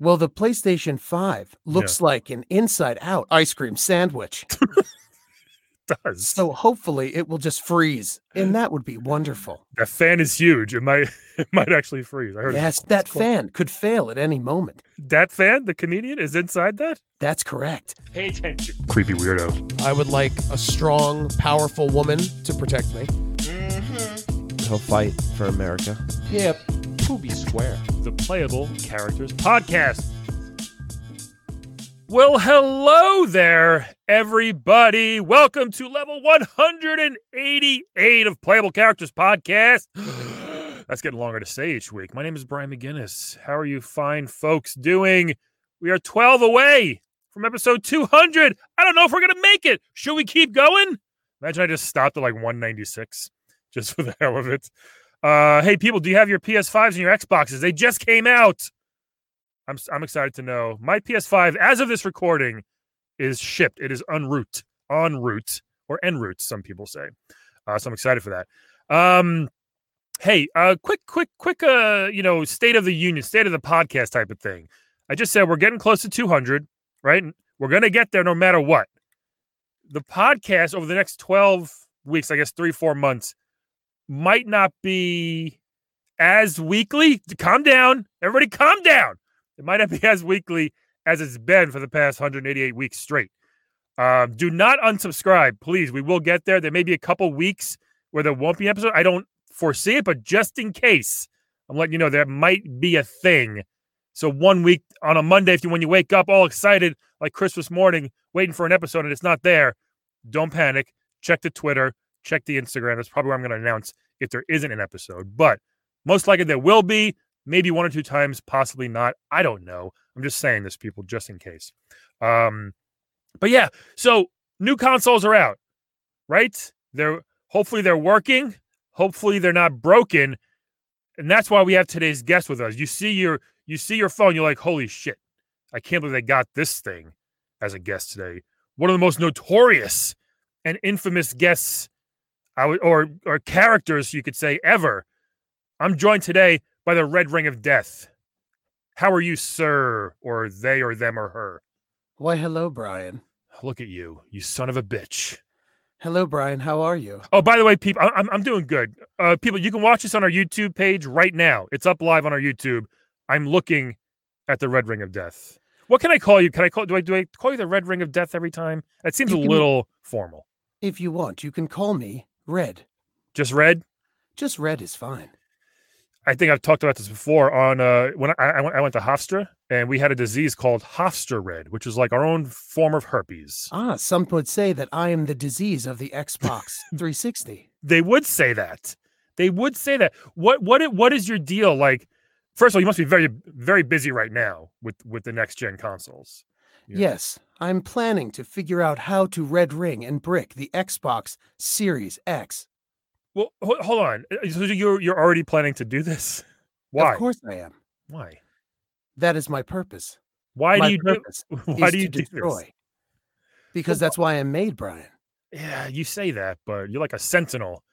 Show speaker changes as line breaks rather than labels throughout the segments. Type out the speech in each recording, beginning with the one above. Well, the PlayStation 5 looks like an inside out ice cream sandwich.
It does.
So hopefully it will just freeze. And that would be wonderful.
that fan is huge. It might it might actually freeze. I heard it.
Yes, that
cool.
fan could fail at any moment.
that fan, the comedian, is inside that.
That's correct.
Pay attention. Creepy weirdo.
I would like a strong, powerful woman to protect me.
Mm-hmm. He'll fight for America.
Yeah, Poobie Square.
The Playable Characters Podcast. Well, hello there, everybody. Welcome to level 188 of Playable Characters Podcast. That's getting longer to say each week. My name is Brian McGinnis. How are you fine folks doing? We are 12 away from episode 200. I don't know if we're going to make it. Should we keep going? Imagine I just stopped at like 196 just for the hell of it. Uh, hey, people, do you have your PS5s and your Xboxes? They just came out. I'm, s- I'm excited to know. My PS5, as of this recording, is shipped. It is en route, en route, or en route, some people say. Uh, so I'm excited for that. Um, hey, uh, quick, quick, quick, uh, you know, state of the union, state of the podcast type of thing. I just said we're getting close to 200, right? And We're going to get there no matter what. The podcast over the next 12 weeks, I guess three, four months, might not be as weekly. Calm down. Everybody, calm down. It might not be as weekly as it's been for the past 188 weeks straight. Um, do not unsubscribe, please. We will get there. There may be a couple weeks where there won't be an episode. I don't foresee it, but just in case, I'm letting you know that might be a thing. So one week on a Monday, if you when you wake up all excited like Christmas morning, waiting for an episode and it's not there, don't panic. Check the Twitter, check the Instagram. That's probably where I'm going to announce if there isn't an episode. But most likely there will be, maybe one or two times, possibly not. I don't know. I'm just saying this, people, just in case. Um, but yeah, so new consoles are out, right? They're hopefully they're working. Hopefully they're not broken, and that's why we have today's guest with us. You see your you see your phone, you're like, holy shit, I can't believe they got this thing as a guest today. One of the most notorious and infamous guests I would, or or characters you could say ever. I'm joined today by the Red Ring of Death. How are you, sir, or they, or them, or her?
Why, hello, Brian.
Look at you, you son of a bitch.
Hello, Brian. How are you?
Oh, by the way, people, I- I'm I'm doing good. Uh, people, you can watch this on our YouTube page right now. It's up live on our YouTube. I'm looking at the Red Ring of Death. What can I call you? Can I call do I do I call you the Red Ring of Death every time? That seems
You
a
can-
little formal.
If you want, you can call me Red.
Just red.
Just Red is fine.
I think I've talked about this before on uh, when I, I, went, I went to Hofstra and we had a disease called Hofstra red, which is like our own form of herpes.
Ah, some would say that I am the disease of the Xbox 360.
They would say that. They would say that. What what i- what is your deal? Like, first of all, you must be very very busy right now with with the next gen consoles. Yeah.
Yes, I'm planning to figure out how to red ring and brick the Xbox Series X.
Well, ho- hold on. Uh, So you're you're already planning to do this? Why?
Of course I am.
Why?
That is my purpose.
Why
my
do you do?
purpose
Why
is
do you
to
do
destroy.
this?
Because that's why I'm made, Brian.
Yeah, you say that, but you're like a sentinel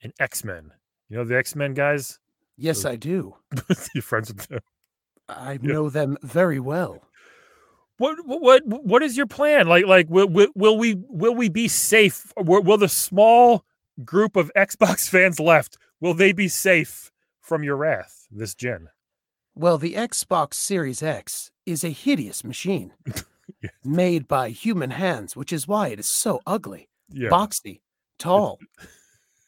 in X Men. You know the X Men guys.
Yes, I do.
you're friends with them.
I know them very well.
what what what- what is your plan like like will, will, will we will we be safe will, will the small group of xbox fans left will they be safe from your wrath this gen
Well, the Xbox Series X is a hideous machine
Yes.
made by human hands, which is why it is so ugly,
yeah
boxy, tall,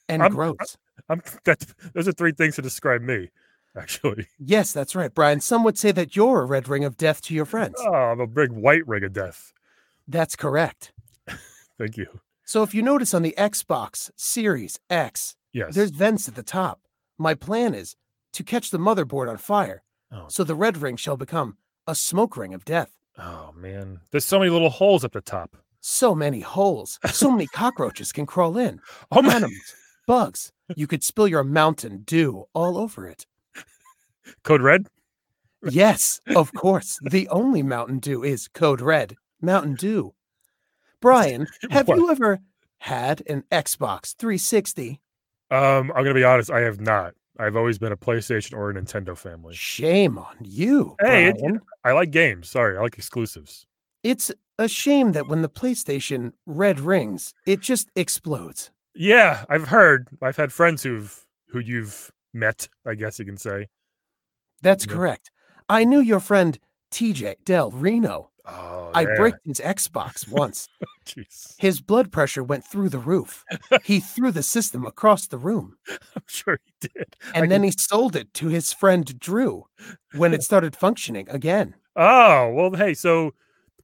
and
I'm- uh I-
gross.
I'm, that, those are three things to describe me actually
Yes, that's right, Brian. Some would say that you're a red ring of death to your friends.
oh i'm a big white ring of death
That's correct.
thank you
So if you notice on the Xbox Series X,
yes
there's vents at the top. My plan is to catch the motherboard on fire,
Oh.
so the red ring shall become a smoke ring of death.
oh man there's so many little holes at the top
So many holes, so many cockroaches can crawl in.
oh my
animals, bugs. You could spill your Mountain Dew all over it.
code red
Yes, of course. The only Mountain Dew is Code Red Mountain Dew. Brian, have
What?
you ever had an Xbox 360?
um i'm gonna be honest i have not I've always been a PlayStation or a Nintendo family.
Shame on you.
Hey, it-
Brian.
I like games. Sorry, I like exclusives.
it's a shame that when the PlayStation red rings, it just explodes.
Yeah, I've heard. I've had friends who've who you've met. I guess you can say.
That's
Yeah.
correct. I knew your friend TJ Del Reno.
Oh,
I
yeah.
bricked his Xbox once.
Jeez.
His blood pressure went through the roof. He threw the system across the room
I'm sure he did. I
and then he sold it to his friend Drew when it started functioning again.
Oh well, hey. So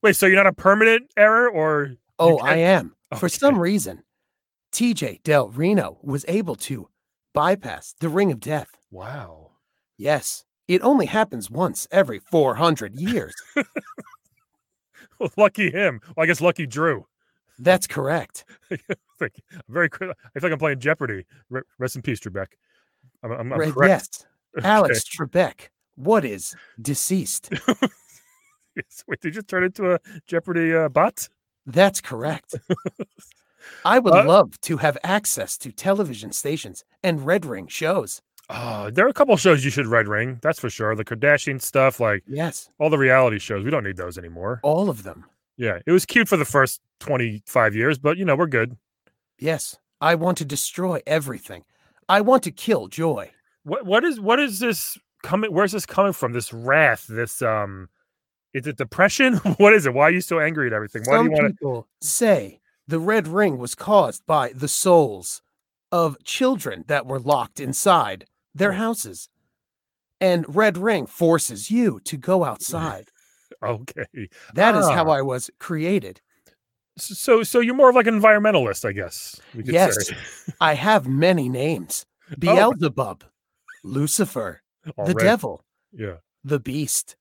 wait. So you're not a permanent error, or
Oh,
can't-
I am. For
Okay.
some reason, TJ Del Reno was able to bypass the ring of death.
wow.
Yes, it only happens once every 400 years.
lucky him. Well, I guess lucky Drew.
That's correct.
Like, very. cr- I feel like I'm playing Jeopardy. Re- Rest in peace, Trebek. I'm, I'm, I'm
Right,
correct.
Yes.
Okay.
Alex Trebek. What is deceased?
Yes. Wait, did you just turn into a Jeopardy uh, bot?
That's correct. I would
Uh,
love to have access to television stations and Red Ring shows.
Oh, there are a couple shows you should red ring. That's for sure. The Kardashian stuff, like
Yes,
all the reality shows. We don't need those anymore.
all of them.
Yeah, it was cute for the first 25 years, but you know we're good.
Yes, I want to destroy everything. I want to kill joy.
What what is what is this coming? Where's this coming from? This wrath? This um, is it depression? what is it? Why are you so angry at everything? Why do
Some
you want to?
people say the Red Ring was caused by the souls of children that were locked inside
Mm.
their houses. And Red Ring forces you to go outside.
Okay,
That is how
Mm. Ah.
I was created.
S- so so you're more of like an environmentalist, I guess. we could
Yes.
say,
I have many names
Oh.
Beelzebub, Lucifer, the
already.
devil,
Yeah.
the beast.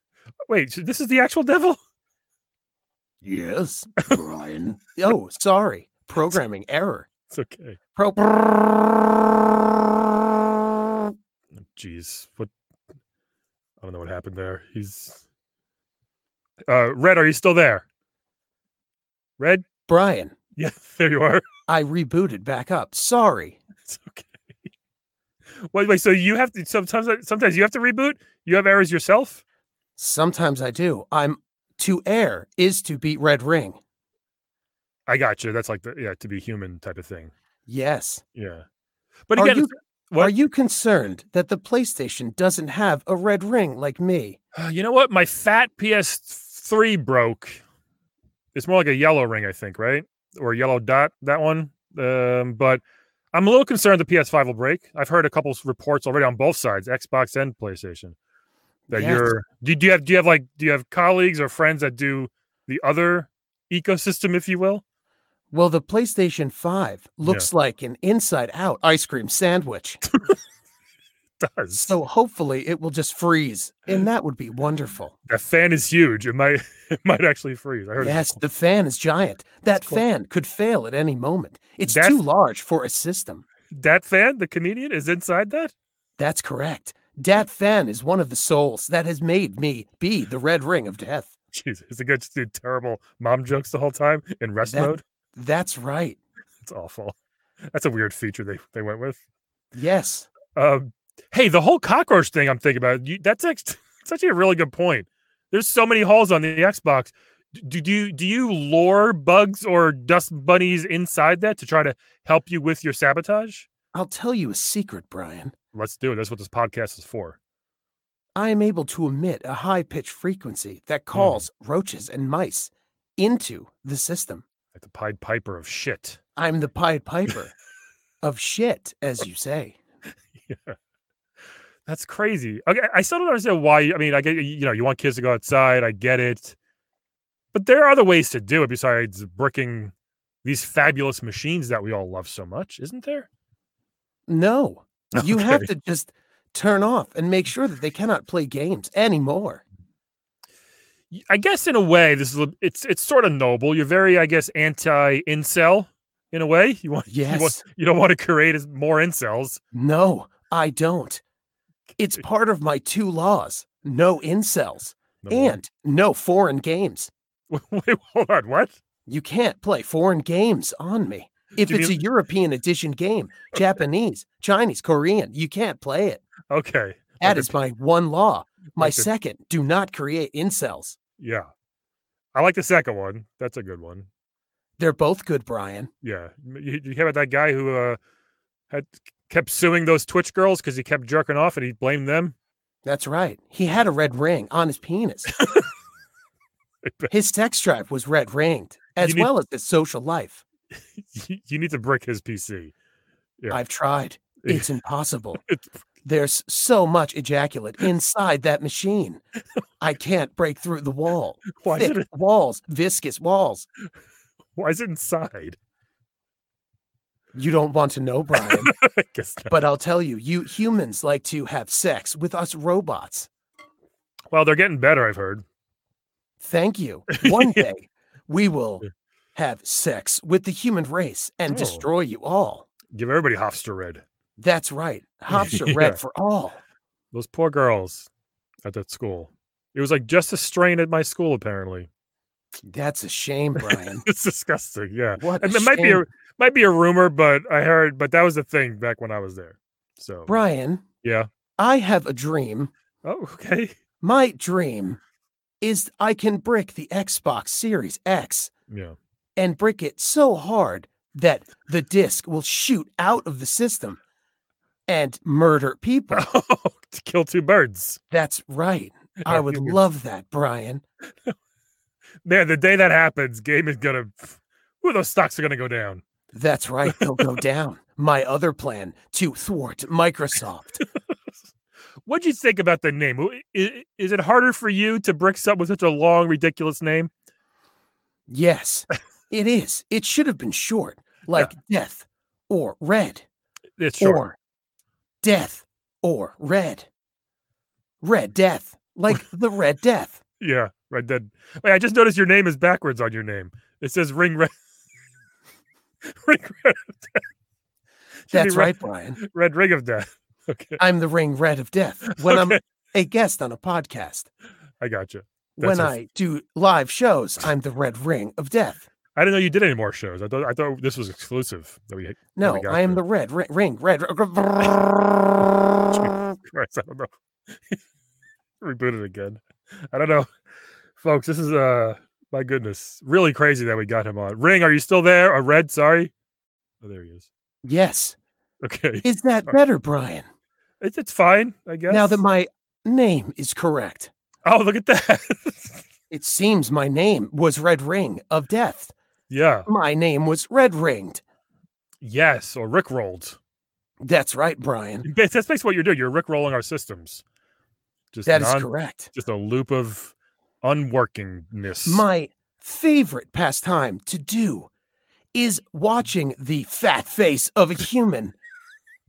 Wait, so this is the actual devil?
Yes, Brian. oh, sorry. Programming error.
It's okay.
Pro.
Jeez, what? I don't know what happened there. He's. Uh, Red, are you still there? Red,
Brian,
yeah, there you are.
I rebooted back up. Sorry.
It's okay. Wait, wait. So you have to sometimes. Sometimes you have to reboot. You have errors yourself.
Sometimes I do. I'm to air is to beat Red Ring.
I got you. That's like the yeah to be human type of thing.
Yes.
Yeah. But
Are
again,
you-
what-
Are you concerned that the PlayStation doesn't have a red ring like me?
uh, you know what? My fat PS3 broke. It's more like a yellow ring, I think, right? Or a yellow dot. That one. Um, but I'm a little concerned the PS5 will break. I've heard a couple s- reports already on both sides, Xbox and PlayStation, that
Yes.
you're. Do, do you have? Do you have like? Do you have colleagues or friends that do the other ecosystem, if you will?
Well, the PlayStation 5 looks like an inside out ice cream sandwich.
does.
so hopefully it will just freeze. And that would be wonderful.
that fan is huge. It might it might actually freeze. I heard
Yes, the fan is giant. That
cool.
fan could fail at any moment. It's
That's-
too large for a system.
that fan, the comedian, is inside that.
That's correct. Dat fan is one of the souls that has made me be the red ring of death.
Jeez, it's a good just do terrible mom jokes the whole time in rest
That-
mode.
That's right.
It's awful. That's a weird feature they they went with.
Yes.
Um, hey, the whole cockroach thing I'm thinking about. You, that's actually, it's actually a really good point. There's so many holes on the Xbox. D- Do, do you do you lure bugs or dust bunnies inside that to try to help you with your sabotage?
I'll tell you a secret, Brian.
Let's do it. That's what this podcast is for.
I am able to emit a high pitched frequency that
Hmm.
calls roaches and mice into the system.
Like the Pied Piper of shit.
I'm the Pied Piper of shit, as you say.
Yeah. That's crazy. Okay, I still don't understand why. I mean, I get you know you want kids to go outside. I get it, but there are other ways to do it besides bricking these fabulous machines that we all love so much, isn't there?
No, you have
Okay.
to just turn off and make sure that they cannot play games anymore.
Y- I guess in a way, this is a- it's it's sort of noble. You're very, I guess, anti incel in a way. You want you, want,
Yes.
you don't want to create as more incels.
No, I don't. It's part of my two laws no incels
Number one.
and no foreign games.
wait, hold on, what?
You can't play foreign games on me. If
Did
it's
you-
a European edition game, Japanese, Chinese, Korean, you can't play it.
Okay.
That
Okay.
is my one law. My
Okay.
second, do not create incels.
Yeah. I like the second one. That's a good one.
They're both good, Brian.
Yeah. M- You, you hear about that guy who uh, had kept suing those Twitch girls because he kept jerking off and he blamed them?
That's right. He had a red ring on his penis. his sex drive was red ringed, as
You need-
well as his social life.
You you need to brick his PC. Yeah.
I've tried.
Yeah.
It's impossible.
It's-
There's so much ejaculate inside that machine. I can't break through the wall.
Why is,
Thick
it,
walls, viscous walls.
why is it inside?
You don't want to know, Brian,
I guess not.
but I'll tell you, you humans like to have sex with us robots.
Well, they're getting better, I've heard.
Thank you. One day we will have sex with the human race and
Oh.
destroy you all.
Give everybody Hofstra Red.
That's right. Hops are
Yeah.
red for all.
Those poor girls at that school. It was like just a strain at my school, apparently.
That's a shame, Brian.
It's disgusting. Yeah.
What? a
And it might be
shame.
a might be a rumor, but I heard, but that was the thing back when I was there. So
Brian.
Yeah.
I have a dream.
Oh, okay.
My dream is I can brick the Xbox Series X
Yeah.
and brick it so hard that the disc will shoot out of the system and murder people.
to kill two birds.
That's right. I would love that, Brian.
Man, the day that happens, game is gonna. Who those stocks are gonna go down?
That's right. They'll go down. My other plan to thwart Microsoft.
What'd you think about the name? Is, is it harder for you to brick something with such a long, ridiculous name?
Yes, it is. It should have been short, like death or red.
It's short.
or death or red. Red death, like the red death.
Yeah, Red Dead. Wait, I just noticed your name is backwards on your name. It says Ring Red. Ring Red. Should be
That's
Red-
right, Brian.
Red Ring of Death. Okay,
I'm the ring red of death. When I'm
Okay.
a guest on a podcast,
I got you.
when
That's a-
I do live shows, I'm the red ring of death.
I didn't know you did any more shows. I thought I thought this was exclusive. That we
No,
got
I am
you.
the red ri- ring, red.
Christ, I don't know. Reboot it again. I don't know, folks. This is uh, my goodness, really crazy that we got him on. Ring, are you still there? Or Red? Sorry. Oh, there he is.
yes.
Okay,
Is that better, Brian?
it's, it's fine, I guess.
Now that my name is correct,
oh, look at that.
it seems my name was red ring of death.
yeah.
My name was red ringed.
Yes, or Rick rolled.
That's right, Brian.
That's basically what you're doing. You're Rick rolling our systems. Just
That is
non-
correct.
Just a loop of unworkingness.
My favorite pastime to do is watching the fat face of a human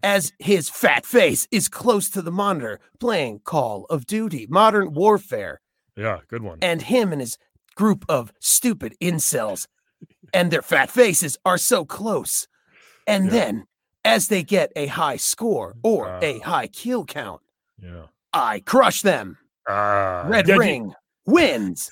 as his fat face is close to the monitor playing Call of Duty, Modern Warfare,
yeah, good one.
and him and his group of stupid incels and their fat faces are so close. And
Yeah.
then as they get a high score or
Uh.
a high kill count,
yeah.
I crush them.
Ah,
Red
yeah, you-
Ring wins.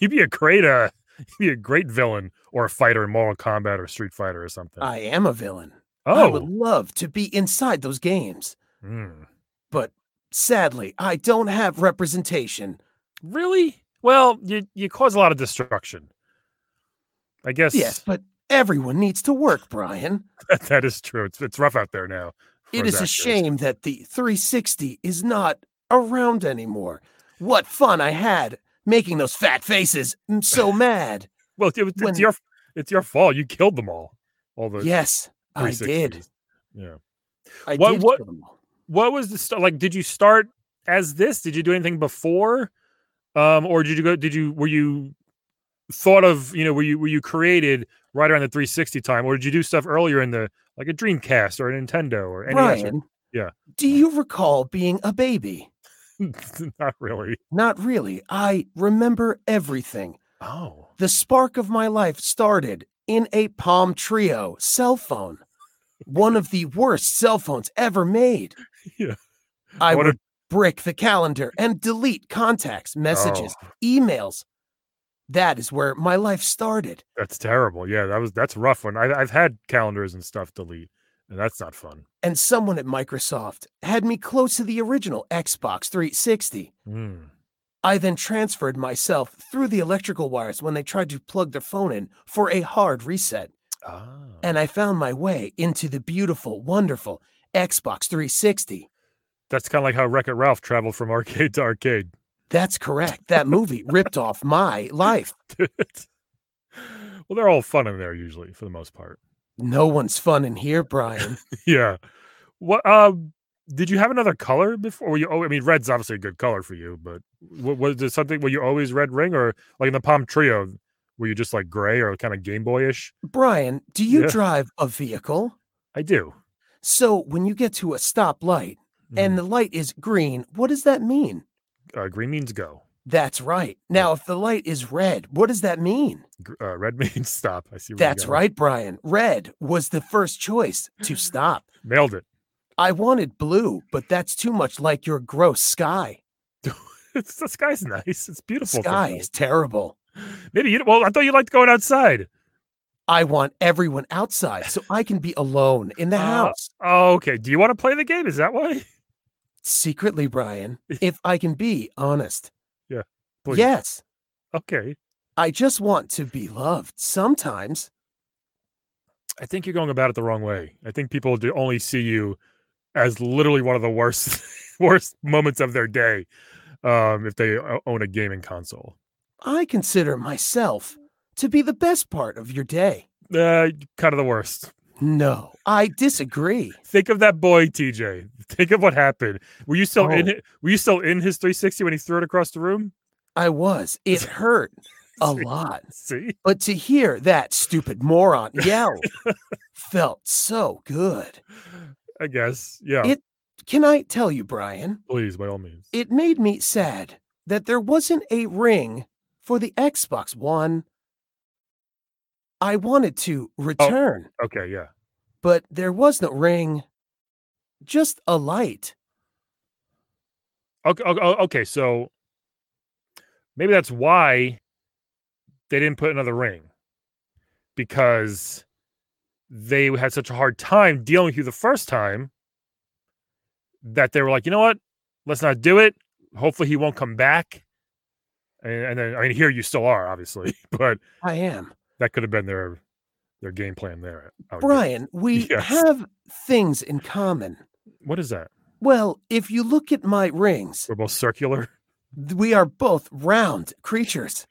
You'd be a great uh you'd be a great villain or a fighter in Mortal Kombat or Street Fighter or something.
I am a villain. I would
oh
love to be inside those games,
mm.
but sadly, I don't have representation.
really? Well, you you cause a lot of destruction. I guess
Yes, but everyone needs to work, Brian.
that is true. It's it's rough out there now.
It
for
is a
actors.
shame that the 360 is not around anymore. What fun I had making those fat faces. I'm so mad.
Well, it, it's
when-
your it's your fault. You killed them all. All the
Yes, I did.
360s. Yeah.
I
What-
did.
what-
kill them all.
What was the st- like? Did you start as this? Did you do anything before? Um, or did you go? Did you were you thought of? You know, were you were you created right around the 360 time, or did you do stuff earlier in the like a Dreamcast or a Nintendo or NES?
Brian,
yeah.
do you recall being a baby?
Or, not really.
Not really. I remember everything.
Oh,
The spark of my life started in a Palm Trio cell phone, one of the worst cell phones ever made.
Yeah.
I
What
would
a-
brick the calendar and delete contacts, messages,
Oh,
emails. that is where my life started.
That's terrible. Yeah, that was that's a rough one. I, I've had calendars and stuff delete, and that's not fun.
And someone at Microsoft had me close to the original Xbox 360.
Mm.
I then transferred myself through the electrical wires when they tried to plug their phone in for a hard reset.
Ah.
And I found my way into the beautiful, wonderful Xbox 360.
That's kind of like how Wreck It Ralph traveled from arcade to arcade.
That's correct. That movie ripped off my life.
well, they're all fun in there usually for the most part.
No one's fun in here, Brian.
Yeah. What um did you have another color before? Were you oh, I mean, red's obviously a good color for you, but wa- was there something? Were you always red ring, or like in the Palm Trio, were you just like gray or kind of Game Boy ish?
Brian, do you
Yeah.
drive a vehicle?
I do. Mm-hmm.
So when you get to a stoplight and the light is green, what does that mean?
uh, green means go.
That's right. Now, if the light is red, what does that mean?
Gr- Uh, red means stop. I see. where you're
That's
going.
right, Brian. Red was the first choice to stop.
Nailed it.
I wanted blue, but that's too much like your gross sky.
It's, the sky's nice. It's beautiful.
Sky
someday.
is terrible.
Maybe you. Well, I thought you liked going outside.
I want everyone outside so I can be alone in the
Ah.
house.
Oh, okay. Do you want to play the game? Is that why?
Secretly, Brian, if I can be honest.
Yeah, please.
Yes,
Okay.
I just want to be loved sometimes.
I think you're going about it the wrong way. I think people do only see you as literally one of the worst worst moments of their day um, if they o- own a gaming console.
I consider myself to be the best part of your day.
Uh, kind of the worst.
No, I disagree.
Think of that boy, TJ. Think of what happened. Were you still in
Oh.
it? Were you still in his 360 when he threw it across the room?
I was. It hurt a lot.
See,
But to hear that stupid moron yell felt so good.
I guess. Yeah.
It- Can I tell you, Brian?
please, by all means.
It made me sad that there wasn't a ring for the Xbox One. I wanted to return,
okay. Yeah.
but there was no ring, just a light.
Okay. Okay. o- okay, So maybe that's why they didn't put another ring because they had such a hard time dealing with you the first time that they were like, you know what? Let's not do it. Hopefully, he won't come back. And, and then, I mean, here you still are, obviously, but
I am.
that could have been their their game plan there. I would guess.
Brian, we
Yes.
have things in common.
what is that?
Well, if you look at my rings,
We're both circular.
th- we are both round creatures.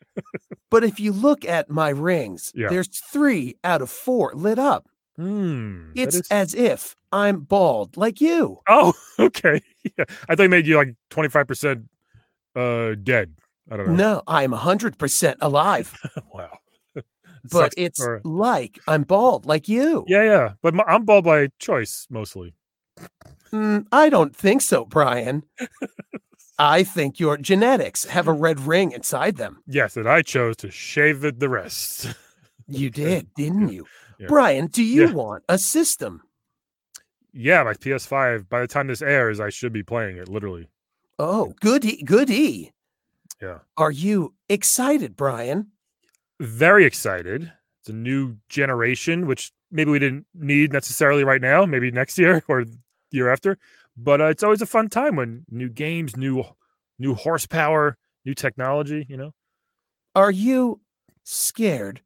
but if you look at my rings,
Yeah.
there's three out of four lit up.
Hmm. that
It's
is-
as if I'm bald like you.
oh, okay. Yeah. I thought it made you like twenty five percent uh dead. I don't know.
No, I'm 100% alive,
Wow. It
but
sucks
it's
for-
like I'm bald like you.
yeah, yeah. But my, I'm bald by choice mostly.
Mm, I don't think so, Brian. I think your genetics have a red ring inside them.
Yes, and I chose to shave it the rest.
You did, didn't you?
Yeah.
Brian, do you
Yeah.
want a system?
yeah, my PS5. By the time this airs, I should be playing it. Literally.
Oh, goody, goody.
Yeah.
E. Are you excited, Brian?
very excited. It's a new generation, which maybe we didn't need necessarily right now, maybe next year or the year after. But uh, it's always a fun time when new games, new new horsepower, new technology. You know,
Are you scared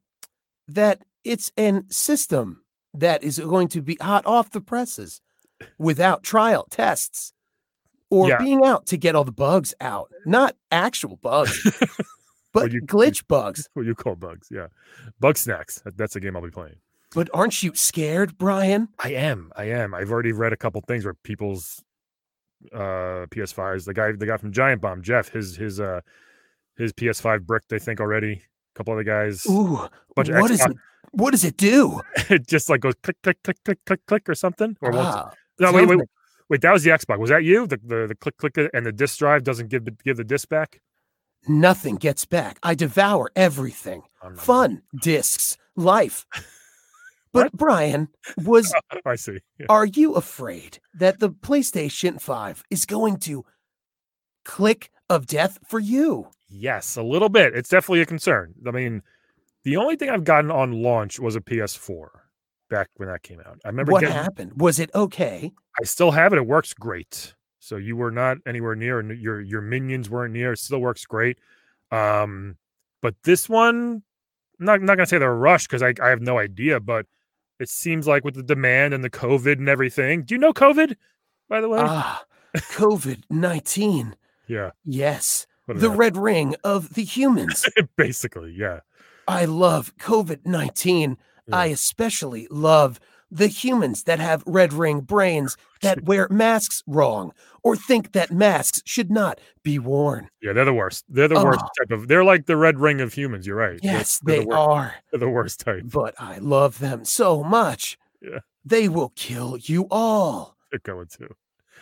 that it's an system that is going to be hot off the presses without trial tests or
Yeah.
being out to get all the bugs out? Not actual bugs, but
you- you-
glitch bugs.
what you call bugs. Yeah, bug snacks. that- That's a game I'll be playing.
But aren't you scared, Brian?
I am. I am. I've already read a couple things where people's uh PS5s. The guy, the guy from Giant Bomb, Jeff. His his uh his PS5 bricked. I think already. A couple other guys.
Ooh,
bunch of
what is
Xbox-
it? What does it do?
it just like goes click click click click click click or something. Or once
Ah,
No, wait,
sounds
wait,
like-
wait. That was the Xbox. Was that you? The the, the click click and the disk drive doesn't give the- give the disk back.
Nothing gets back. I devour everything.
I'm not-
fun, discs, life. But Brian, was
I see. Yeah.
are you afraid that the PlayStation 5 is going to click of death for you?
Yes, a little bit. It's definitely a concern. I mean, the only thing I've gotten on launch was a PS4 back when that came out. I remember
what
getting,
happened? Was it okay?
I still have it. It works great. So you were not anywhere near, and your your minions weren't near. It still works great. Um, but this one, I'm not not gonna say they're rushed because I I have no idea. But it seems like with the demand and the COVID and everything. Do you know COVID? By the way,
Ah, COVID 19.
yeah,
Yes.
what is
The
that?
red ring of the humans.
basically, yeah,
I love COVID 19.
Yeah.
I especially love the humans that have red ring brains that wear masks wrong or think that masks should not be worn.
yeah. They're the worst. They're the worst
Oh.
type of. They're like the red ring of humans. You're right. They're-
Yes,
they're
they
the worst,
are,
They're the worst type.
but I love them so much.
Yeah.
They will kill you all.
They're going to.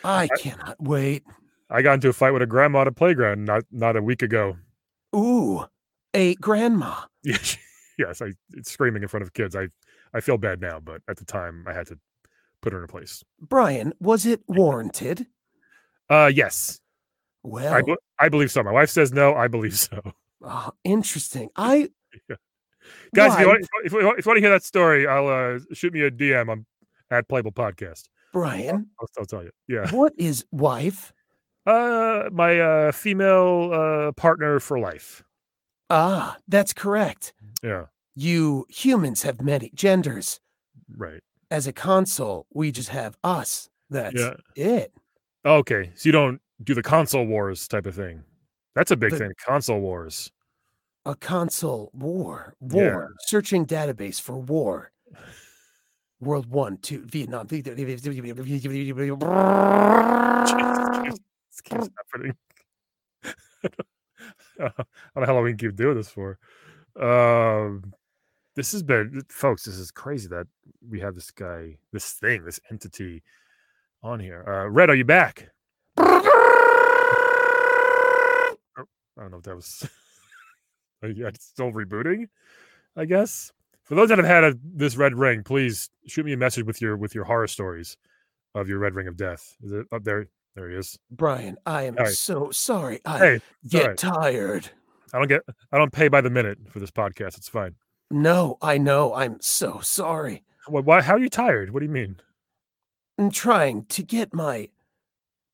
I cannot wait.
I got into a fight with a grandma at a playground not not a week ago.
Ooh, a grandma.
yes, yes, I it's screaming in front of kids. I I feel bad now, but at the time I had to put her in a place.
Brian, was it warranted?
Uh, yes,
Well,
I bel- I believe so. My wife says no. I believe so.
ah, interesting. I
Guys, if
Why?
you, want, if, you want, if you want to hear that story, I'll uh, shoot me a DM. I'm at Playable Podcast.
Brian,
I'll, I'll tell you. Yeah.
what is wife?
Uh, my uh, female uh, partner for life.
Ah, that's correct.
Yeah.
You humans have many genders.
Right.
As a console, we just have us. That's
Yeah. Oh,
it.
Okay. So you don't do the console wars type of thing. That's a big
The-
thing. Console wars.
A console war. War.
Yeah.
Searching database for war. World One, Two, Vietnam.
keeps- this keeps happening. I don't know how long we can keep doing this for. Um, this has been, folks. This is crazy that we have this guy, this thing, this entity on here. Uh, Red, are you back? I don't know if that was. Are you- it's still rebooting, I guess. For those that have had a, this red ring, please shoot me a message with your with your horror stories of your red ring of death. Is it up there? There he is.
Brian, I am
All right.
so sorry. I
Hey, all
get
right.
tired.
I don't get I don't pay by the minute for this podcast. It's fine.
No, I know. I'm so sorry.
Why, why how are you tired? What do you mean?
I'm trying to get my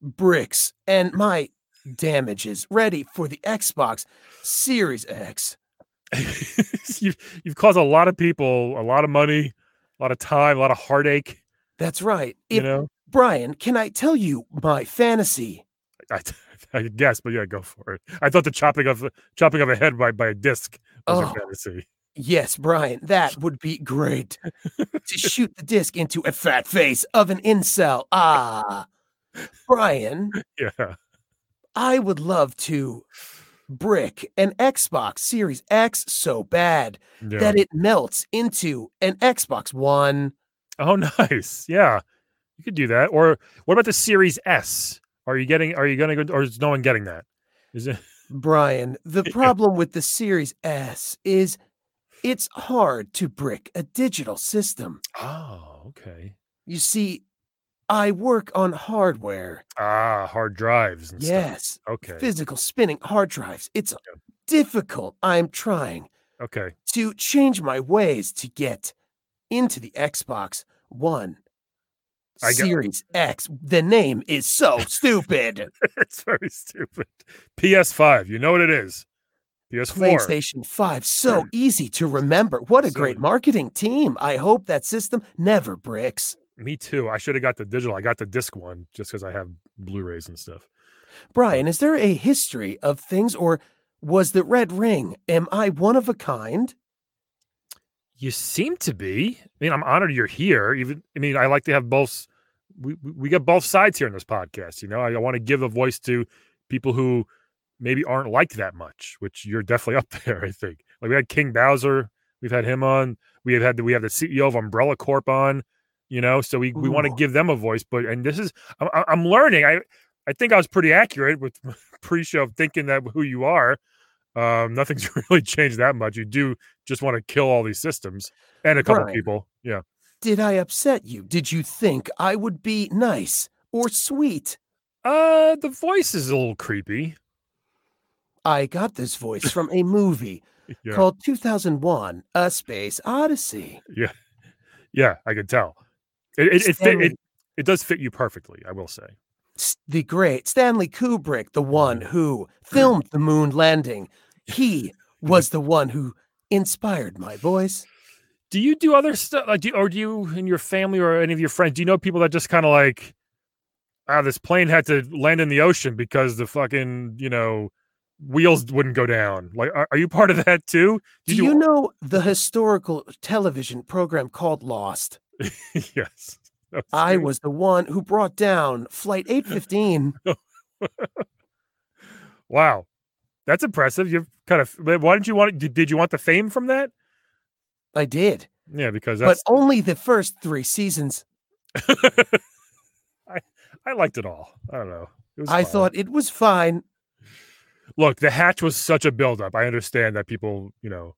bricks and my damages ready for the Xbox Series X.
you've, you've caused a lot of people a lot of money, a lot of time, a lot of heartache,
That's right.
you
If,
know?
Brian, can I tell you my fantasy?
I, I guess, but yeah, go for it. I thought the chopping of chopping of a head by, by a disc was
Oh.
a fantasy.
Yes, Brian, that would be great. to shoot the disc into a fat face of an incel. Ah. Brian,
Yeah.
I would love to brick an Xbox Series X so bad
yeah.
that it melts into an Xbox One.
oh nice. Yeah. You could do that. Or what about the series S? Are you getting are you gonna go or is no one getting that? Is it
Brian, the problem with the Series S is it's hard to brick a digital system.
Oh, okay.
You see, I work on hardware.
Ah, hard drives and stuff.
Yes,
Okay.
physical spinning hard drives. It's difficult. I'm trying
Okay.
to change my ways to get into the Xbox One
I get-
Series X. The name is so stupid.
it's very stupid. PS5, you know what it is. PS4.
PlayStation 5, so easy to remember. What a
So
great
easy.
marketing team. I hope that system never bricks.
Me too. I should have got the digital. I got the disc one just because I have Blu-rays and stuff.
Brian, is there a history of things or was the red ring? Am I one of a kind?
You seem to be. I mean, I'm honored you're here. Even I mean, I like to have both. We we- we get both sides here in this podcast. You know, I, I want to give a voice to people who maybe aren't liked that much, which you're definitely up there. I think. Like we had King Bowser, we've had him on. We have had the, we have the CEO of Umbrella Corp on. You know, so we we want to
Ooh.
give them a voice. But and this is I'm, I'm- I'm learning. I I think I was pretty accurate with pre-show thinking that who you are. Um, nothing's really changed that much. You do just want to kill all these systems and a couple
Right.
people. Yeah.
Did I upset you? Did you think I would be nice or sweet?
Uh, the voice is a little creepy.
I got this voice from a movie
Yeah.
called 2001 A Space Odyssey.
yeah, I could tell. It it, it, fit,
Stanley-
it it does fit you perfectly, I will say.
S- The great Stanley Kubrick, the one
Mm-hmm.
who filmed the moon landing, he was the one who inspired my voice.
Do you do other stuff? Like, do you, or do you in your family or any of your friends? Do you know people that just kind of like, ah, this plane had to land in the ocean because the fucking you know wheels wouldn't go down. Like, are, are you part of that too?
Do you know the historical television program called Lost?
yes. That was
I
you.
was the one who brought down Flight 815.
Wow, that's impressive. You've kind of. Why didn't you want? Did, did you want the fame from that?
I did,
Yeah, because that's.
but only the first three seasons.
I liked it all. I don't know. It was
I
fine.
thought it was fine.
look, the hatch was such a buildup. I understand that people, you know,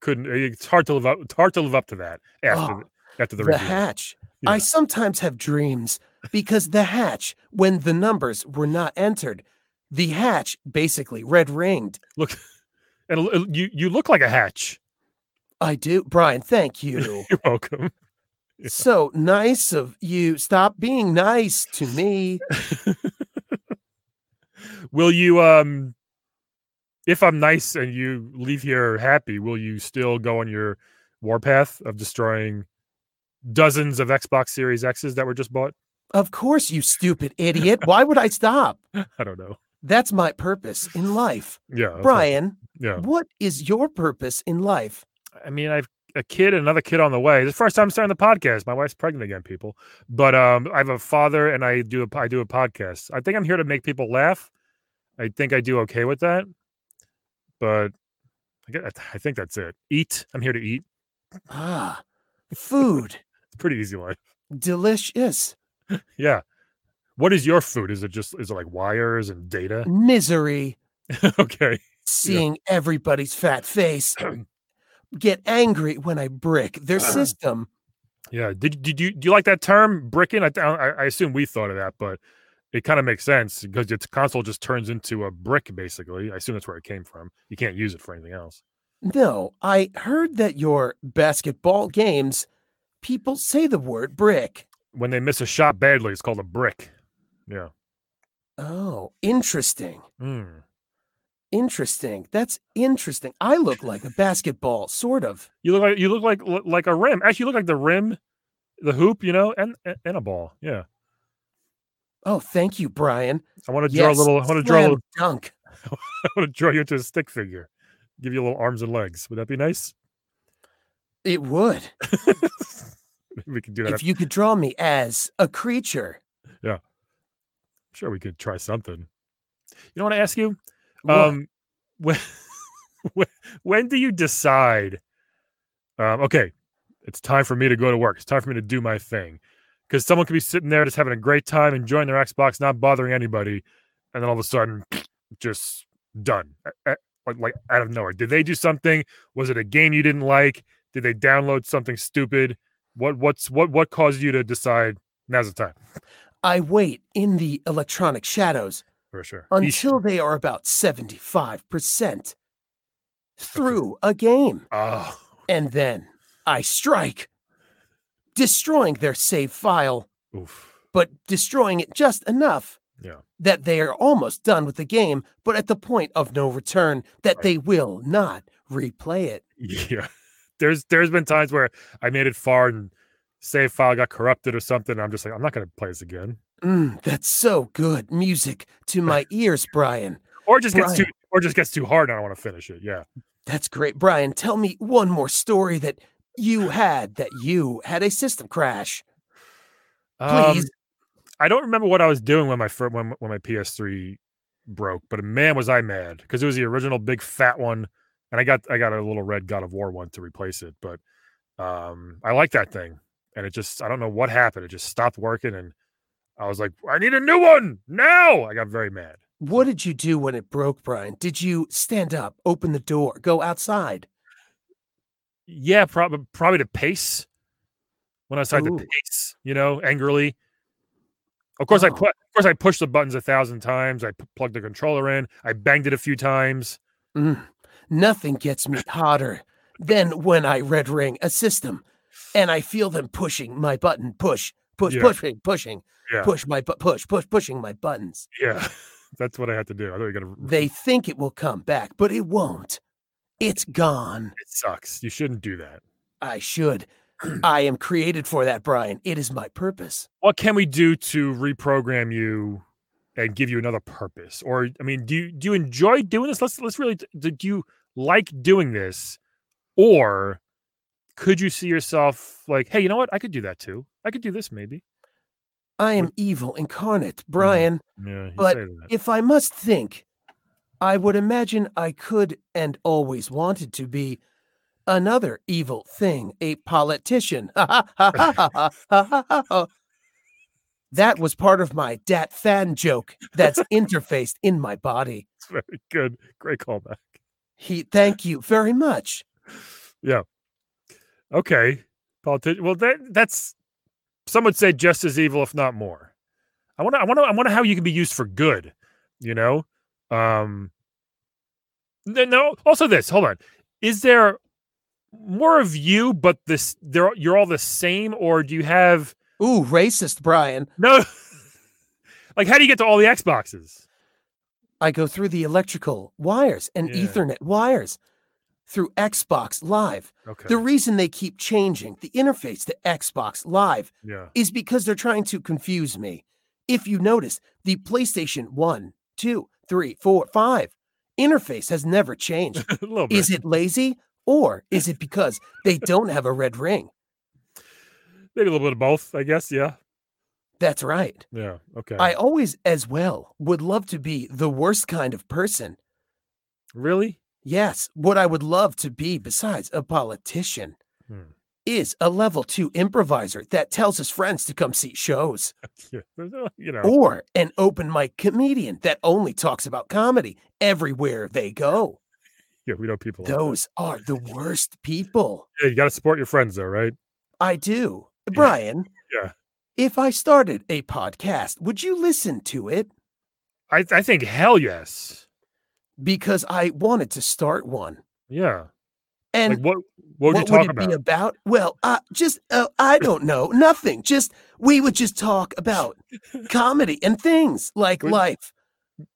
couldn't. eh, It's hard to live up. It's hard to live up to that after
Oh,
the, after the,
The,
reveal.
hatch.
Yeah.
I sometimes have dreams because the hatch, when the numbers were not entered, the hatch basically red ringed.
Look, and l- l- you you look like a hatch.
I do, Brian. Thank you.
You're welcome. Yeah.
So nice of you. Stop being nice to me.
Will you um? If I'm nice and you leave here happy, will you still go on your warpath of destroying dozens of Xbox Series X's that were just bought?
Of course, you stupid idiot. Why would I stop?
I don't know.
That's my purpose in life.
Yeah, okay.
Brian,
Yeah,
what is your purpose in life?
I mean, I've a kid and another kid on the way. This is the first time I'm starting the podcast. My wife's pregnant again, people. But um, I have a father and I do a I do a podcast. I think I'm here to make people laugh. I think I do okay with that. But I get, I think that's it. Eat. I'm here to eat.
Ah, food.
It's a pretty easy life.
Delicious.
Yeah. What is your food? Is it just is it like wires and data?
Misery.
okay.
Seeing everybody's fat face. Get angry when I brick their system.
Yeah. Did did you do you like that term bricking? I I, I assume we thought of that, but it kind of makes sense because its console just turns into a brick basically. I assume that's where it came from. You can't use it for anything else.
No, I heard that your basketball games, people say the word brick.
When they miss a shot badly, it's called a brick. Yeah.
Oh, interesting.
Mm.
Interesting. That's interesting. I look like a basketball, sort of.
You look like you look like li- like a rim. Actually, you look like the rim, the hoop, you know, and and- and a ball. Yeah.
Oh, thank you, Brian.
I want to draw
Yes,
a little. I want to draw a
slam
little.
dunk.
I want to draw you into a stick figure. Give you little arms and legs. Would that be nice?
It would.
Maybe we could do that.
If you could draw me as a creature.
I'm sure we could try something. You know what I ask you?
What?
Um, when, when when do you decide? Um, okay, it's time for me to go to work. It's time for me to do my thing. Because someone could be sitting there just having a great time, enjoying their Xbox, not bothering anybody, and then all of a sudden, just done. A- a- Like, like out of nowhere. Did they do something? Was it a game you didn't like? Did they download something stupid? What what's what what caused you to decide now's the time
I wait in the electronic shadows
for sure? Eesh.
until they are about 75% through a game.
Oh,
And then I strike, destroying their save file,
oof.
but destroying it just enough
Yeah.
that they are almost done with the game, but at the point of no return, that
Right.
they will not replay it.
Yeah. There's there's been times where I made it far and save file got corrupted or something. and I'm just like, I'm not gonna play this again.
Mm, that's so good music to my ears, Brian.
Or it just gets too
Right.
or it just gets too hard and I don't want to finish it. Yeah.
That's great. Brian, tell me one more story that you had that you had a system crash.
Um,
Please.
I don't remember what I was doing when my fir- when, when my PS3 broke, but man was I mad because it was the original big fat one. And I got I got a little red God of War one to replace it. But um I like that thing. And it just I don't know what happened. It just stopped working and I was like, I need a new one now. I got very mad.
What did you do when it broke, Brian? Did you stand up, open the door, go outside?
Yeah, probably probably to pace. When I started
Ooh.
to pace, you know, angrily. Of course, I
Oh.
put. Of course, I pushed the buttons a thousand times. I p- plugged the controller in. I banged it a few times.
Mm, nothing gets me hotter than when I red ring a system and I feel them pushing my button, push, push,
Yeah.
pushing, pushing,
Yeah.
push my but push, push, pushing my buttons.
Yeah, that's what I had to do. I thought you gonna.
They think it will come back, but it won't. It's gone.
It sucks. You shouldn't do that.
I should. I am created for that, Brian. It is my purpose.
What can we do to reprogram you and give you another purpose? Or I mean, do you do you enjoy doing this? Let's let's really do you like doing this, or could you see yourself like, hey, you know what? I could do that too. I could do this maybe.
I
Mm.
am evil incarnate, Brian.
Yeah, you
But
say that.
If I must think, I would imagine I could and always wanted to be another evil thing, a politician. that was part of my dat fan joke that's interfaced in my body.
It's very good. Great callback.
He thank you very much.
Okay. Politi- well, that that's some would say just as evil, if not more. I want to. I want to. I want to how you can be used for good. You know. Um. th- No. Also, this. Hold on. Is there more of you, but this? There, you're all the same, or do you have
Ooh, racist, Brian.
no? like, how do you get to all the Xboxes?
I go through the electrical wires and
Yeah.
Ethernet wires through Xbox Live.
Okay.
The reason they keep changing the interface to Xbox Live
yeah.
is because they're trying to confuse me. If you notice, the PlayStation 1, 2, 3, 4, 5 interface has never changed.
a little bit.
is it lazy or is it because they don't have a red ring?
Maybe a little bit of both. I guess. Yeah.
That's right.
Yeah. Okay.
I always, as well, would love to be the worst kind of person.
really.
Yes, what I would love to be, besides a politician,
Hmm.
is a level two improviser that tells his friends to come see shows.
Yeah. You know.
or an open mic comedian that only talks about comedy everywhere they go.
Yeah. We know people. like that.
Those are the worst people.
Yeah, you got to support your friends, though, right?
I do. Brian.
Yeah.
If I started a podcast, would you listen to it?
I, I think hell yes.
Because I wanted to start one.
Yeah.
And
like what? What would you talk
it
about?
be about? Well, uh, just uh, I don't know, nothing. Just we would just talk about comedy and things like
Would-
life.
W-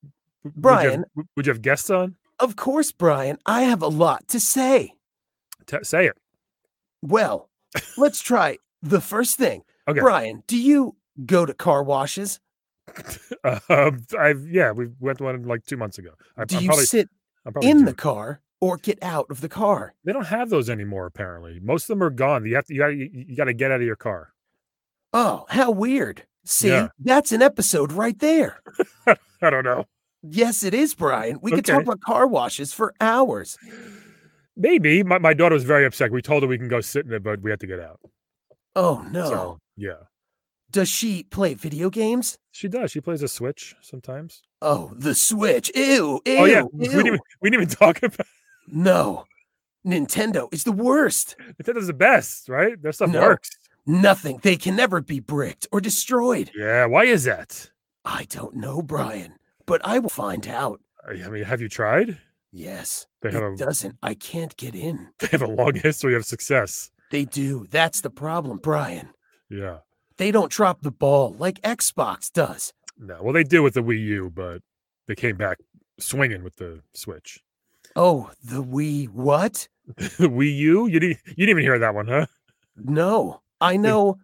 Would you,
Brian.
have, w- would you have guests on?
Of course, Brian, I have a lot to say.
T- say it.
Well, let's try the first thing.
Okay.
Brian, do you go to car washes?
Um, I've yeah, we went to one like two months ago. I,
Do
I'm
you
probably,
sit
I'm probably
in
due.
the car or get out of the car?
They don't have those anymore. Apparently, most of them are gone. You have to, you got to you got to get out of your car.
Oh, how weird. See,
Yeah.
that's an episode right there.
I don't know.
Yes, it is, Brian. We could talk
Okay.
about car washes for hours.
Maybe my, my daughter was very upset. We told her we can go sit in it, but we have to get out.
Oh, no.
So yeah,
Does she play video games?
she does. She plays a Switch sometimes.
Oh, the Switch. Ew, ew,
oh yeah, we
ew.
didn't even, we didn't even talk about.
No. Nintendo is the worst.
Nintendo's the best, right? Their stuff
No.
works.
Nothing. They can never be bricked or destroyed.
Yeah, why is that?
I don't know, Brian, but I will find out.
I I mean, have you tried?
Yes.
They have
it
a-
doesn't. I can't get in.
They have a long history of success.
They do. That's the problem, Brian.
Yeah.
They don't drop the ball like Xbox does.
No. Well, they did with the Wii U, but they came back swinging with the Switch.
Oh, the Wii what?
The Wii U? You didn't, you didn't even hear that one, huh?
No, I know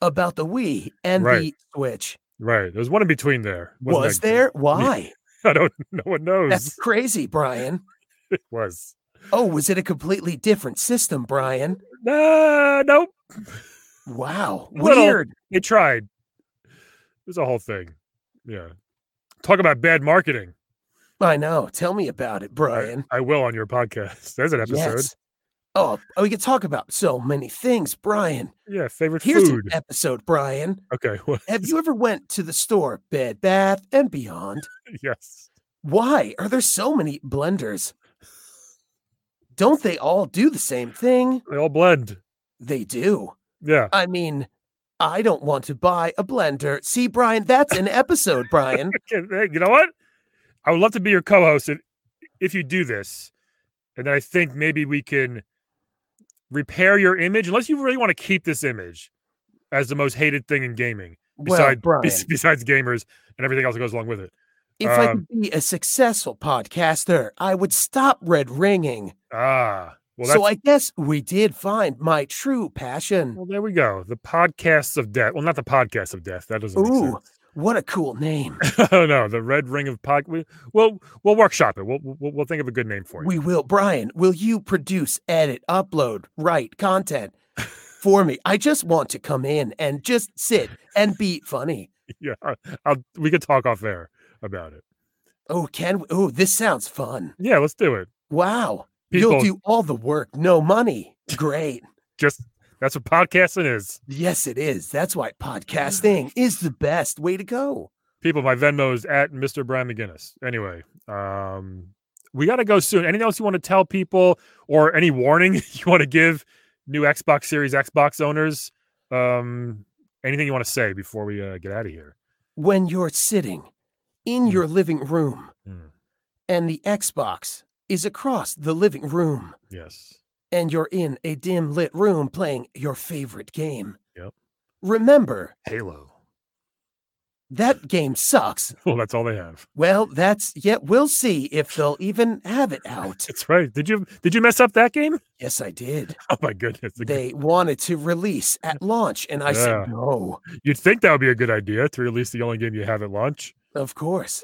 about the Wii and
Right.
the Switch.
Right. There's one in between there. wasn't
Was there? Why?
I don't. No one knows.
That's crazy, Brian.
It was.
Oh, was it a completely different system, Brian?
No. Nope.
Wow.
Little.
Weird.
They tried. There's a whole thing. Yeah. Talk about bad marketing.
I know. Tell me about it, Brian.
I will on your podcast. There's an episode.
Yes. Oh, we could talk about so many things, Brian.
Yeah. Favorite
Here's
food.
an episode, Brian.
okay. Well,
Have you ever went to the store, Bed Bath and Beyond?
yes.
Why are there so many blenders? Don't they all do the same thing?
They all blend.
They do.
Yeah.
I mean, I don't want to buy a blender. See, Brian, that's an episode, Brian.
Hey, You know what? I would love to be your co-host if, if you do this, and then I think maybe we can repair your image. Unless you really want to keep this image as the most hated thing in gaming,
well,
besides
Brian,
besides gamers and everything else that goes along with it.
if I
um,
could be a successful podcaster, I would stop red ringing.
Ah, well, that's,
so I guess we did find my true passion.
well, there we go. The podcasts of death. Well, not the podcast of death. That doesn't. Make
Ooh,
sense.
what a cool name.
oh no, the red ring of pod. We, we'll we'll workshop it. We'll, we'll we'll think of a good name for you.
We will. Brian, will you produce, edit, upload, write content for me? I just want to come in and just sit and be funny.
yeah, I'll, we could talk off air about it.
Oh, can oh, this sounds fun.
Yeah, let's do it.
Wow.
People-
You'll do all the work, no money. Great.
Just that's what podcasting is.
Yes, it is. That's why podcasting is the best way to go.
People, my Venmo is at Mr. Brian McGinnis. Anyway, um, we got to go soon. Anything else you want to tell people or any warning you want to give new Xbox Series Xbox owners? Um, anything you want to say before we uh, get out of here?
When you're sitting in your living room
Mm.
and the Xbox is across the living room
Yes.
and you're in a dim lit room playing your favorite game.
Yep.
Remember,
Halo.
that game sucks.
Well, that's all they have.
Well, that's yet we'll see if they'll even have it out.
That's right. Did you did you mess up that game?
Yes, I did.
Oh my goodness. A good-
They wanted to release at launch, and I
Yeah.
said no.
You'd think that would be a good idea to release the only game you have at launch.
Of course.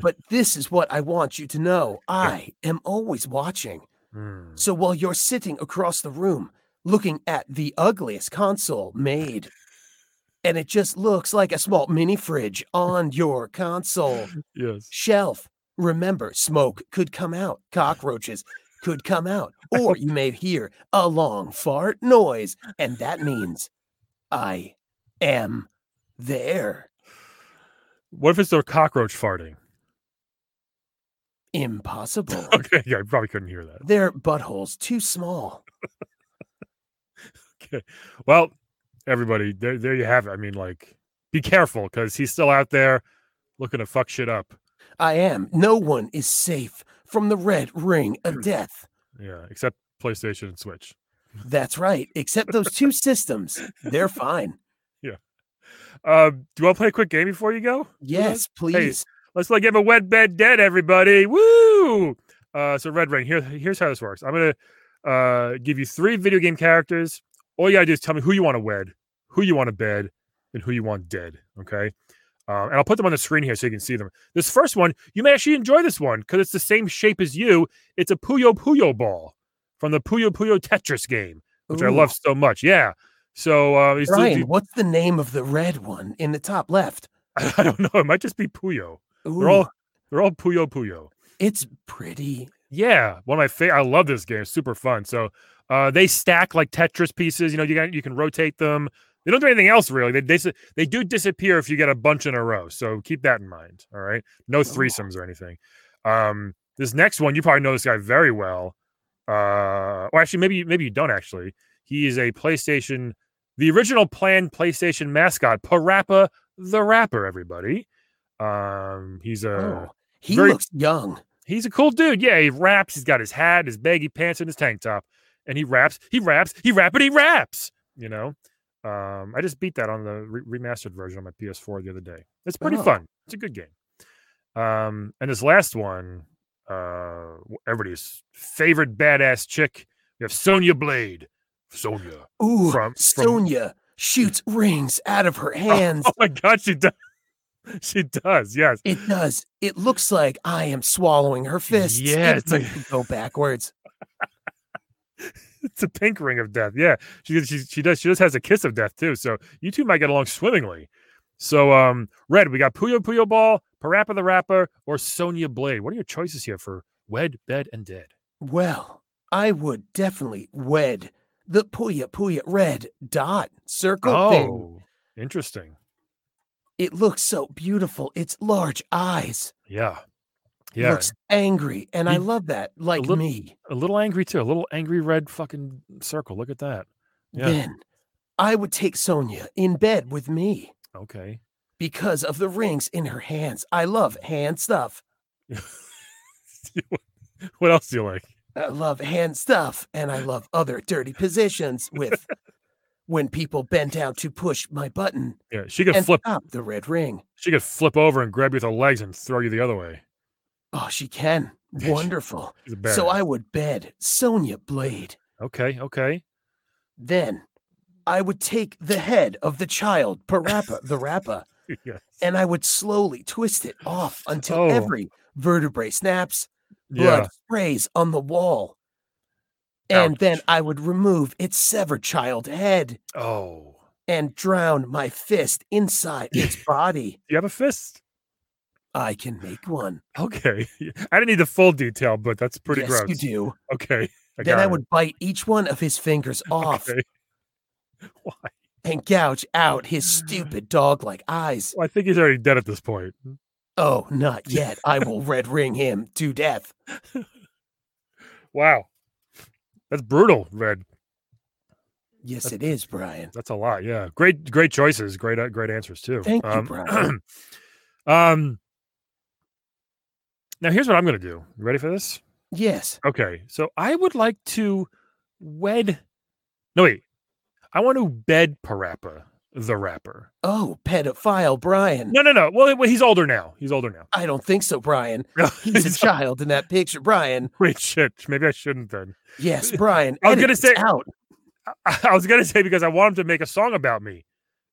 But this is what I want you to know. I am always watching.
Mm.
So while you're sitting across the room looking at the ugliest console made, and it just looks like a small mini fridge on your console
Yes.
shelf, remember smoke could come out, cockroaches could come out, or you may hear a long fart noise. And that means I am there.
What if it's a cockroach farting?
Impossible.
Okay, yeah, I probably couldn't hear that.
Their butthole's too small.
Well, everybody, there, there you have it. I mean, like, be careful because he's still out there looking to fuck shit up.
I am. No one is safe from the red ring of death.
Yeah, except PlayStation and Switch.
That's right. Except those two systems. They're fine.
Um, do you want to play a quick game before you go?
Yes, please.
Let's like give a wet bed dead, everybody. Woo! Uh, so Red Ring, here, here's how this works. I'm gonna uh, give you three video game characters. All you gotta do is tell me who you want to wed, who you want to bed, and who you want dead. Okay. Um, and I'll put them on the screen here so you can see them. This first one, you may actually enjoy this one because it's the same shape as you. It's a Puyo Puyo ball from the Puyo Puyo Tetris game, which I
Ooh.
love so much. Yeah. So uh, it's-
Brian, what's the name of the red one in the top left?
I don't know. It might just be Puyo. They're
Ooh,
all they're all Puyo Puyo.
it's pretty.
Yeah, one of my favorite. I love this game. It's super fun. So uh, they stack like Tetris pieces. You know, you got you can rotate them. They don't do anything else really. They they, s- they do disappear if you get a bunch in a row. So keep that in mind. All right, no threesomes or anything. Um, this next one, you probably know this guy very well. Uh, or actually, maybe maybe you don't. Actually, he is a PlayStation, the original planned PlayStation mascot, Parappa the Rapper. Everybody, um, he's
Oh,
a
he
very-
looks young.
He's a cool dude. Yeah, he raps. He's got his hat, his baggy pants, and his tank top. And he raps, he raps, he rap, and he raps. You know, um, I just beat that on the re- remastered version on my PS4 the other day. It's pretty
Oh.
fun. It's a good game. Um, and this last one, uh, w- everybody's favorite badass chick. We have Sonya Blade. Sonya.
Ooh,
From- from-
Sonia shoots rings out of her hands.
Oh my God, she does. She does. Yes.
It does. It looks like I am swallowing her fists.
Yeah,
It
it's like-
doesn't go backwards.
it's a pink ring of death. Yeah, she she she does she just has a kiss of death too. So you two might get along swimmingly. So um, red, we got Puyo Puyo Ball, Parappa the Rapper, or Sonia Blade. What are your choices here for wed, bed, and dead?
Well, I would definitely wed the Puya Puya red dot circle thing.
oh, interesting.
It looks so beautiful. Its large eyes
Yeah, yeah.
looks angry, and I
He-
love that. Like
little-
me,
a little angry too. A little angry red fucking circle. Look at that. Yeah.
then I would take Sonia in bed with me
Okay.
because of the rings in her hands. I love hand stuff.
what else do you like?
I love hand stuff and I love other dirty positions with when people bend down to push my button
Yeah, she could
and
flip.
stop the red ring.
She could flip over and grab you with her legs and throw you the other way.
Oh, she can.
Yeah, she-
Wonderful.
She's a bear.
So I would bed Sonia Blade.
okay, okay.
Then I would take the head of the child, Parappa the Rappa,
yeah.
and I would slowly twist it off until
Oh.
every vertebrae snaps, blood
Yeah.
sprays on the wall. And then I would remove its severed child head
Oh.
and drown my fist inside its body.
Do you have a fist?
I can make one.
Okay. I didn't need the full detail, but that's pretty
yes,
gross.
you do.
Okay. I
then
got
I
it.
would bite each one of his fingers off
Okay. Why?
and gouge out his stupid dog-like eyes.
Well, I think he's already dead at this point.
Oh, not yet. I will red ring him to death.
Wow. That's brutal, Red.
Yes, it is, Brian.
That's a lot. Yeah. Great, great choices. Great, uh, great answers too.
Thank you,
um,
Brian.
um, now here's what I'm going to do. You ready for this?
Yes.
Okay. So I would like to wed. No, wait. I want to bed Parappa, the rapper.
Oh, pedophile Brian.
No, no, no. Well, he- he's older now. He's older now.
I don't think so, Brian. He's a
He's-
child in that picture, Brian.
Wait, shit. Maybe I shouldn't then.
Yes, Brian.
I was
edit
gonna
this
say-
out.
I, I was going to say because I want him to make a song about me.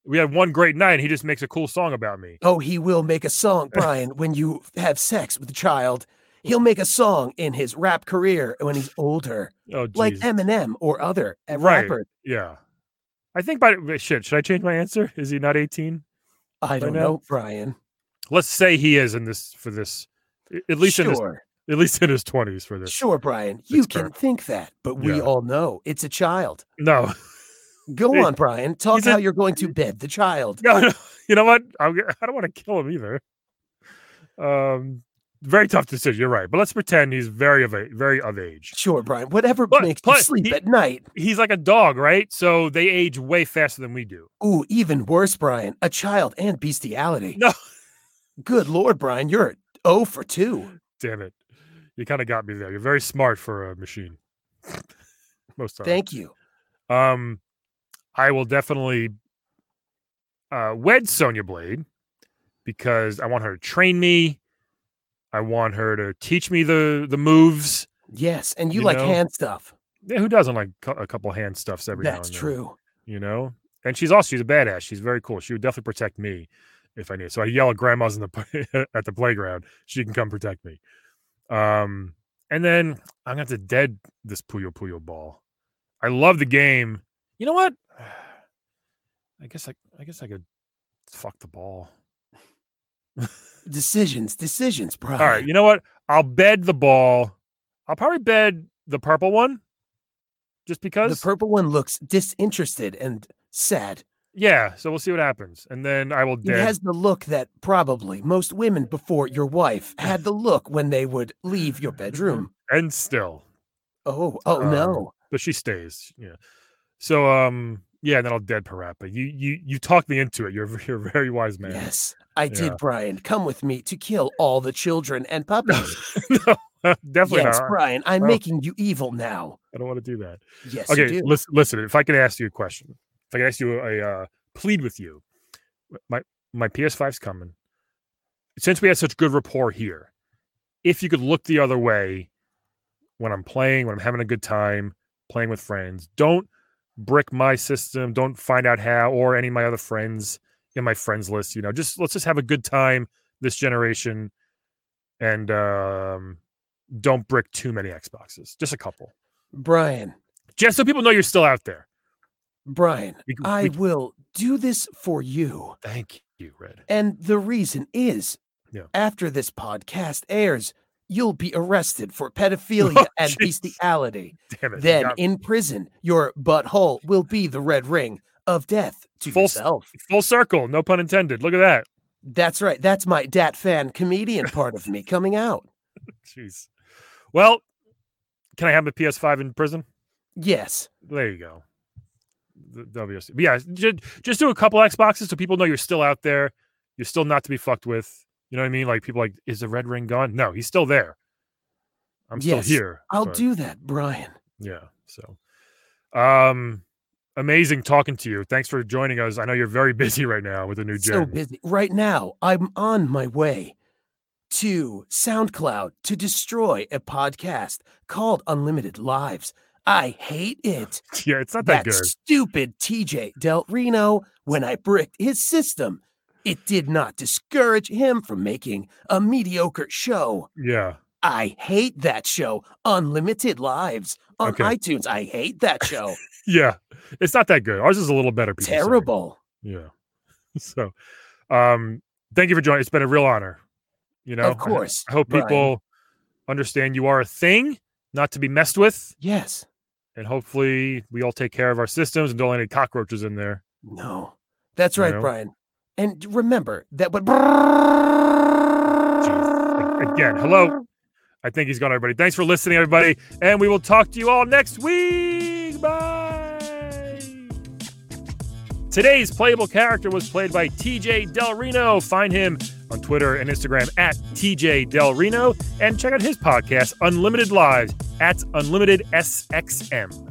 We had one great night and he just makes a cool song about me.
Oh, he will make a song, Brian. when you have sex with a child, he'll make a song in his rap career when he's older,
Oh, jeez.
like Eminem or other uh,
Right.
rapper.
Yeah. I think by wait, shit, should I change my answer? Is he not 18?
I don't
now-
know, Brian.
Let's say he is in this for this i- at least in his,
Sure,
at least in his 20s for this.
sure, Brian. You can
experiment.
think that, but we
Yeah.
all know it's a child.
No.
Go
Hey,
on, Brian. Talk
he's a-
how you're going to bed the child.
No, no. You know what? I'm, g- I don't want to kill him either. Um very tough decision, you're right. But let's pretend he's very of a, very of age.
Sure, Brian. Whatever
But-
makes
but
you sleep
he-
at night.
He's like a dog, right? So they age way faster than we do.
Ooh, even worse, Brian. A child and bestiality.
No.
Good Lord, Brian. You're 0 for 2.
Damn it. You kind of got me there. You're very smart for a machine. Most times.
Thank you.
Um, I will definitely uh, wed Sonya Blade because I want her to train me. I want her to teach me the the moves.
Yes. And you,
You
like
know,
hand stuff.
Yeah, who doesn't like cou- a couple hand stuffs every now
That's
and then,
true.
You know, and she's also she's a badass. She's very cool. She would definitely protect me if I need. So I yell at grandma's in the pla- at the playground. She can come protect me. Um, and then I'm gonna have to dead this Puyo Puyo ball. I love the game. You know what? I guess I, I guess I could fuck the ball.
Decisions, decisions, Brian.
All right, you know what? I'll bed the ball. I'll probably bed the purple one, just
the
because.
purple one looks disinterested and sad.
yeah, so we'll see what happens, and then I will
He
dead.
has the look that probably most women before your wife had the look when they would leave your bedroom.
and still,
Oh, oh
Um,
no.
but she stays. Yeah. So um, yeah, and then I'll dead Parappa. You you you talked me into it. You're a- you're a very wise man.
Yes, I
Yeah.
did, Brian. Come with me to kill all the children and puppies.
no, definitely
yes,
not.
Brian, I'm
Well-
making you evil now.
I don't want to do that.
Yes, you
okay
do.
listen listen if i could ask you a question if i could ask you a uh, plead with you my my ps5's coming since we had such good rapport here if you could look the other way when i'm playing when i'm having a good time playing with friends don't brick my system don't find out how or any of my other friends in my friends list you know just let's just have a good time this generation and um don't brick too many xboxes just a couple
Brian,
just so people know you're still out there.
Brian,
We can-
I
we-
will do this for you.
thank you, Red.
And the reason is
Yeah.
after this podcast airs, you'll be arrested for pedophilia and
Oh, jeez.
bestiality.
Damn it. you
Then
got me.
in prison, your butthole will be the red ring of death to
Full s-
yourself.
full circle, no pun intended. Look at that.
That's right. That's my Dat fan comedian part of me coming out.
Jeez. Well, can I have a PS5 in prison?
Yes.
There you go. the WRC. But yeah, just, just do a couple Xboxes so people know you're still out there. You're still not to be fucked with. You know what I mean? Like people like, is the red ring gone? No, he's still there. I'm
Yes,
still here.
I'll
but-
do that, Brian.
Yeah. So, um, amazing talking to you. Thanks for joining us. I know you're very busy right now with the new
So
gen.
busy. Right now, I'm on my way to SoundCloud to destroy a podcast called Unlimited Lives. I hate it.
yeah, it's not that
that
good.
stupid TJ Del Reno, when I bricked his system, it did not discourage him from making a mediocre show.
Yeah.
I hate that show. Unlimited Lives on
Okay.
iTunes. I hate that show.
Yeah. It's not that good. Ours is a little better. people say.
Terrible.
Yeah. So, um, thank you for joining. It's been a real honor. You know,
of
I-
course.
I, hope
Brian.
people understand you are a thing not to be messed with.
Yes.
And hopefully we all take care of our systems and don't let any cockroaches in there.
No. That's
You
right,
know?
Brian. And remember that what
Jeez. A- Again, hello. I think he's gone, everybody. Thanks for listening, everybody. And we will talk to you all next week. Bye. Today's playable character was played by TJ Del Reno. Find him on Twitter and Instagram at TJ Del Reno and check out his podcast, Unlimited Lives, at Unlimited SXM.